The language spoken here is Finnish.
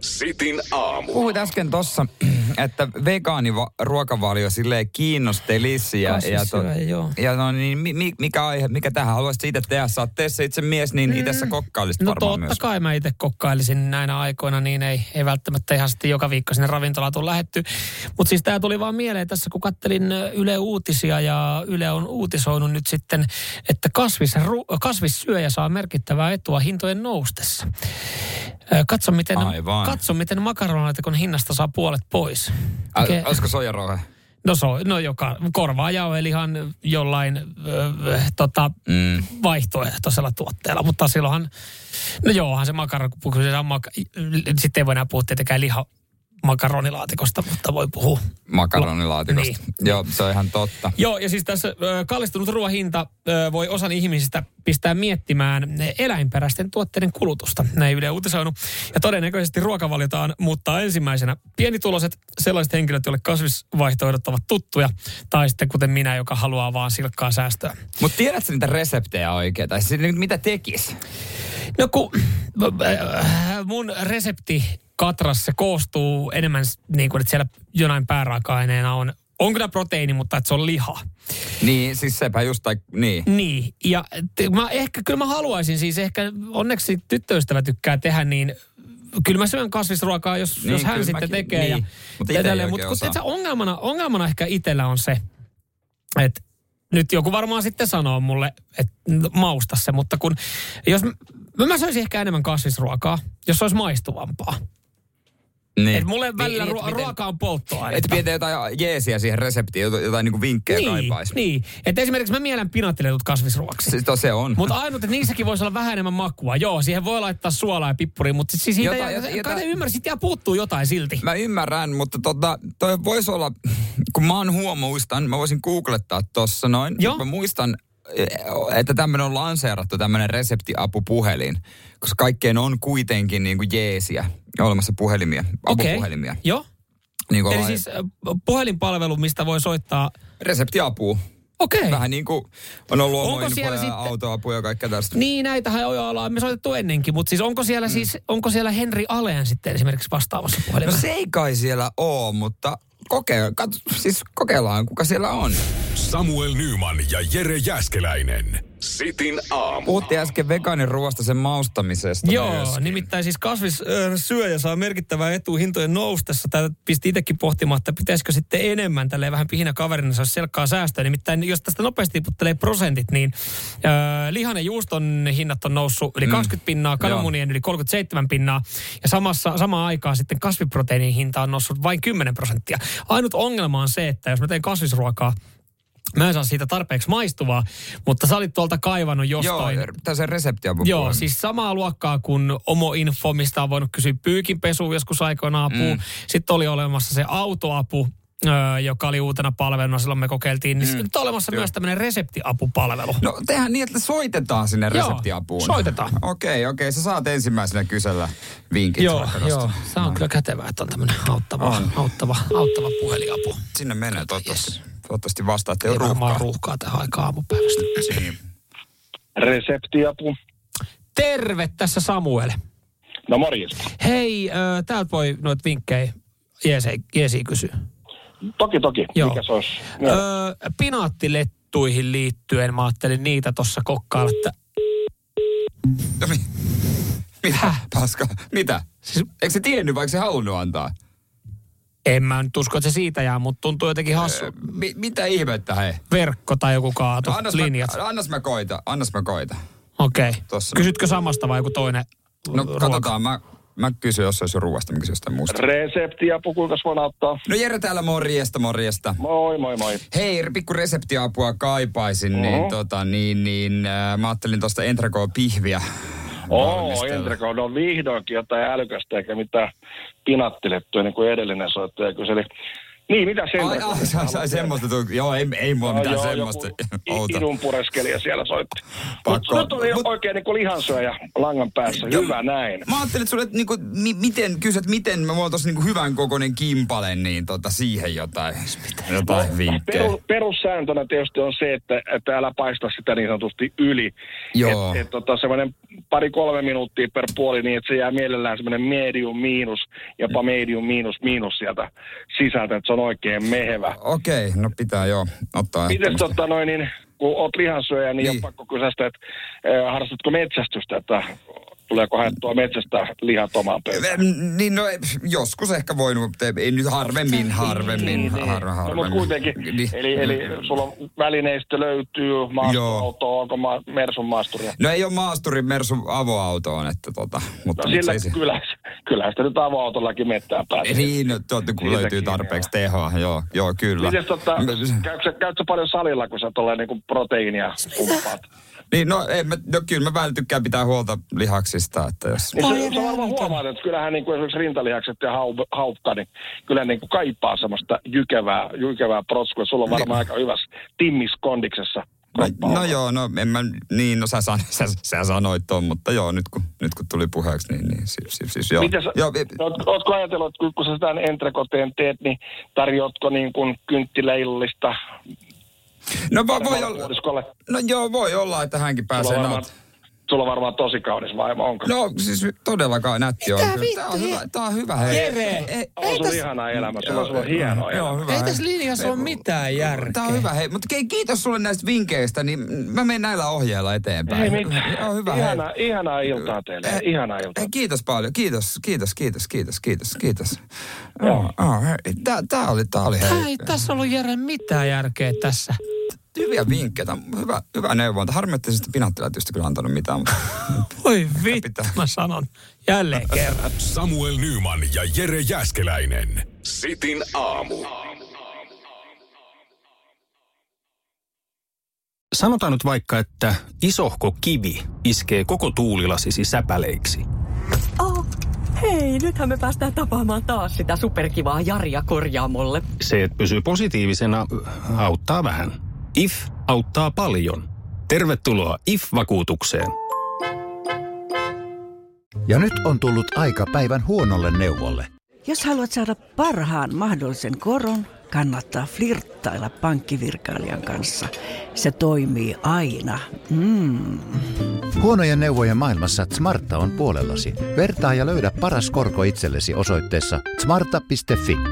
Sitin aamu. Puhuit äsken tossa, että vegaaniruokavalio silleen kiinnostelisi. Ja, ja, to, Kasvissyöjä, joo. ja no niin, mi, mi- mikä aihe, mikä tähän haluaisit itse tehdä? Sä oot teissä itse mies, niin itse sä kokkailisit Mm. No varmaan totta myös. kai mä itse kokkailisin näinä aikoina, niin ei, ei välttämättä ihan sitten joka viikko sinne ravintolaan tule lähetty. Mutta siis tämä tuli vaan mieleen tässä, kun kattelin ö, Yle Uutisia ja Yle on uutisoinut nyt sitten, että kasvis, kasvissyöjä saa merkittävää etua hintojen noustessa. Ö, Katso miten, Aivan. katso, miten makaronaatikon hinnasta saa puolet pois. Ä, Okei. Olisiko soijarohe? No, so, no joka korvaaja on eli ihan jollain ö, ö, tota, mm. vaihtoehtoisella tuotteella, mutta silloinhan, no joohan se makaronipukku, maka, sitten ei voi enää puhua tietenkään liha makaronilaatikosta, mutta voi puhua. Makaronilaatikosta. Niin. Joo, se on ihan totta. Joo, ja siis tässä ö, kallistunut ruoan hinta ö, voi osan ihmisistä pistää miettimään eläinperäisten tuotteiden kulutusta. Näin Yle uutisoinut. Ja todennäköisesti ruokavaliotaan muuttaa ensimmäisenä pienituloiset, sellaiset henkilöt, joille kasvisvaihtoehdot ovat tuttuja, tai sitten kuten minä, joka haluaa vaan silkkaa säästöä. Mutta tiedätkö niitä reseptejä oikein? Tai siis nyt mitä tekis? No kun äh, mun resepti katras, se koostuu enemmän s- niin kuin, että siellä jonain pääraaka-aineena on, on kyllä proteiini, mutta että se on liha. Niin, siis sepä just, tai niin. Niin, ja t- mä ehkä, kyllä mä haluaisin siis, ehkä onneksi tyttöystävä tykkää tehdä, niin kyllä mä syön kasvisruokaa, jos, Niin, niin, jos hän kyllä sitten mäkin, tekee. niin. Ja, Mutta mutta itse ei edelleen, oikein mutta kun, osaa. tiedätkö, ongelmana, ongelmana ehkä itsellä on se, että nyt joku varmaan sitten sanoo mulle, että mausta se, mutta kun, jos, mä, mä söisin ehkä enemmän kasvisruokaa, jos se olisi maistuvampaa. niin. Et mulle välillä Niin, niin, et ruo- miten- ruoka on polttoainetta. Että pidetään jotain jeesiä siihen reseptiin, jotain, jotain niinku vinkkejä niin, kaipaisi. niin. että esimerkiksi mä mielen pinatiletut kasvisruoksi. Siis to- se on. Mutta ainut, että niissäkin voisi olla vähän enemmän makua. Joo, siihen voi laittaa suolaa ja pippuria, mutta siis siitä Jotain- jota, jota, jotain- jota, kai ne ymmärsit ja puuttuu jotain silti. Mä ymmärrän, mutta tota, toi voisi olla, kun mä oon huomuistan, mä voisin googlettaa tossa noin. Joo. Mut Mä muistan, eh, että tämmönen on lanseerattu, tämmönen reseptiapupuhelin, koska kaikkeen on kuitenkin niinku jeesiä olemassa puhelimia, apupuhelimia. Okay. Joo. Niin Eli siis äh, puhelinpalvelu, mistä voi soittaa. reseptiapu. Okei. Okay. Vähän niin kuin on ollut Onko omoinfoja siellä ja sitten- autoapuja ja kaikkea tästä. Niin, näitähän on jo ollaan me soitettu ennenkin, mutta siis onko siellä, mm. siis, onko siellä Henri Aleen sitten esimerkiksi vastaavassa No puhelimessa? se ei kai siellä oo, mutta kokeilla, kat, siis kokeillaan, kuka siellä on. Samuel Nyman ja Jere Jäskeläinen. Sitin aamu. Puhuttiin äsken vegaaniruoasta sen maustamisesta Joo, myös. nimittäin siis kasvissyöjä saa merkittävää etu hintojen noustessa. Tämä pisti itsekin pohtimaan, että pitäisikö sitten enemmän tälleen vähän pihinä kaverina saada selkkaa säästöä. Nimittäin jos tästä nopeasti tiputtelee prosentit, niin ö, lihan ja juuston hinnat on noussut yli 20 pinnaa, kananmunien yli 37 pinnaa ja samassa, samaan aikaan sitten kasviproteiinin hinta on noussut vain 10 prosenttia. Ainut ongelma on se, että jos mä teen kasvisruokaa, Mä en saa siitä tarpeeksi maistuvaa, mutta sä olit tuolta kaivannut Joo, er- jostain. tai sen reseptiapu. Joo, siis samaa luokkaa kuin Omo-info, mistä on voinut kysyä pyykinpesu joskus aikoinaan apua. Mm. Sitten oli olemassa se autoapu, öö, joka oli uutena palveluna, silloin me kokeiltiin. Niin mm. Nyt on olemassa Joo. myös tämmöinen reseptiapupalvelu. No tehdään niin, että soitetaan sinne Joo, reseptiapuun. soitetaan. Okei, okei. Sä saat ensimmäisenä kysellä vinkit. Joo, No. vaikka tosta. joo. Se on kyllä kätevää, että on tämmöinen auttava, On. auttava, auttava puhelinapu. Sinne menee toivottavasti. Yes. Toivottavasti vastaatte jo Ei ruuhkaa. varmaan ruuhkaa tähän aikaan aamupäivästä. Niin. Reseptiapu. Terve tässä Samuel. No morjesta. Hei, öö, täältä voi noita vinkkejä jeesi, jeesi kysyä. Toki, toki. No. Joo. Joo. Mikä se olisi? Öö, pinaattilettuihin liittyen, mä ajattelin niitä tuossa kokkailla, että No mi- Mitä? Häh? Paska. Mitä? Siis, eikö se tiennyt, vaikka se halunnut antaa? en mä nyt usko, että se siitä jää, mutta tuntuu jotenkin hassu. Mi- mitä ihmettä, hei? Verkko tai joku kaatu, Öö. No, annas, linjat. Mä, annas mä koita, annas mä koita. Okei. Okay. Tossa. Kysytkö samasta vai joku toinen No ruoka? katsotaan, mä, mä kysyn, jos se olisi ruuasta, mä kysyn jostain muusta. Reseptiapu, kuinka se voi auttaa? No Jere täällä, morjesta, morjesta. Moi, moi, moi. Hei, pikku reseptiapua kaipaisin, niin, tota, niin, niin äh, mä ajattelin tuosta entrecot-pihviä Oo, Entrekauden on vihdoinkin jotain älykästä eikä mitään pinattilettua niin kuin edellinen soittaja kyseli. Niin, mitä sen Ai, ai, sai, sai semmoista. Tuu, joo, ei, ei mulla mitään joo, semmoista. Joku Outo. idun pureskelija siellä soitti. Pakko. Pakko. Nyt oli Mut- Mut... oikein niin kuin lihansyöjä langan päässä. Hyvä näin. Mä ajattelin, että sulle, että niinku, mi- miten, kysyt, miten me voitaisiin niinku hyvän kokoinen kimpale, niin tota, siihen jotain, jotain vinkkejä. No, Peru, perussääntönä tietysti on se, että, että älä paista sitä niin sanotusti yli. Joo. Et, et, tota, semmoinen pari-kolme minuuttia per puoli niin, että se jää mielellään semmoinen medium miinus, jopa medium miinus miinus sieltä sisältä, että se on oikein mehevä. Okei, no pitää joo ottaa. Mites ehdottomasti. tota noin, niin, kun oot lihansyöjä, niin, niin. Niin. on pakko kysästä, että äh, harrastatko metsästystä, että tuleeko haettua metsästä lihat omaan pöytään? Mm, Niin no, joskus ehkä voinut, mutta ei- ei nyt harvemmin, harvemmin, har, Niin, No, harvemmin. mutta kuitenkin, Niin. eli, eli sulla on välineistö löytyy, maastoauto, onko ma- Mersun maasturia? No ei ole maasturin Mersun avoautoon, että tota, mutta No sillä miksei se- kyllä, kyllähän sitä nyt avoautollakin mettään pääsee. Niin, no, totta, kun Siitä löytyy kiinni, tarpeeksi tehoa, joo, joo, kyllä. Mites tota, M- käytkö, sä- käytkö sä paljon salilla, kun sä tolleen niinku proteiinia pumppaat? Niin, no, ei, mä, no kyllä mä vähän tykkään pitää huolta lihaksista, että jos... Niin se, se varmaan huomaat, että kyllähän niinku esimerkiksi rintalihakset ja haub, haukka, niin kyllä niinku kaipaa semmoista jykevää, jykevää protskua. Sulla on varmaan aika hyvässä timmiskondiksessa. kroppa Niin. No, no on. joo, no en mä, niin, no sä, san, sä, sä sanoit ton, mutta joo, nyt kun, nyt kun tuli puheeksi, niin, niin siis, siis, siis joo. Mitäs, joo, joo, i- ootko, ootko ajatellut, että kun- kun sä sitä entrekoteen teet, niin tarjoatko niin kuin kynttiläillistä no voi, voi olla, puoliskolle? no joo, voi olla, että hänkin Sulla pääsee on, varmaan, nauttimaan. sulla on varmaan tosi kaunis vaimo, onko? No siis todellakaan nätti on. Mitä kyllä. Tää on vittu, hyvä, tää on hyvä. hei. Jere! Ei- on sun ihanaa elämä, sulla on, sulla on hienoa elämä. Joo, hyvä. Ei hei. tässä linjassa ole mitään järkeä. Tää on hyvä, hei. Mutta hei, kiitos sulle näistä vinkkeistä, niin mä menen näillä ohjeilla eteenpäin. Ei mitään. Joo, hyvä, hei. ihanaa, ihanaa iltaa teille. Eh, Ihanaa iltaa. Hei, kiitos paljon. Kiitos, kiitos, kiitos, kiitos, kiitos, kiitos. Joo. Joo. Oh, tää, tää oli, tää oli Tää ei hei. tässä ollut Jere mitään järkeä tässä. Hyviä vinkkejä, tää on hyvä, hyvä neuvonta. Harmi, että sitä pinattilätystä kyllä antanut mitään, mutta Voi vittu, Pitää. mä sanon jälleen kerran. Samuel Nyman ja Jere Jäskeläinen. Sitin aamu. Sanotaan nyt vaikka, että isohko kivi iskee koko tuulilasisi säpäleiksi. Oh, hei, nythän me päästään tapaamaan taas sitä superkivaa Jaria korjaamolle. Se, että pysyy positiivisena, auttaa vähän. IF auttaa paljon. Tervetuloa IF-vakuutukseen. Ja nyt on tullut aika päivän huonolle neuvolle. Jos haluat saada parhaan mahdollisen koron, kannattaa flirttailla pankkivirkailijan kanssa. Se toimii aina. Mm. Huonojen neuvojen maailmassa Smarta on puolellasi. Vertaa ja löydä paras korko itsellesi osoitteessa smarta.fi.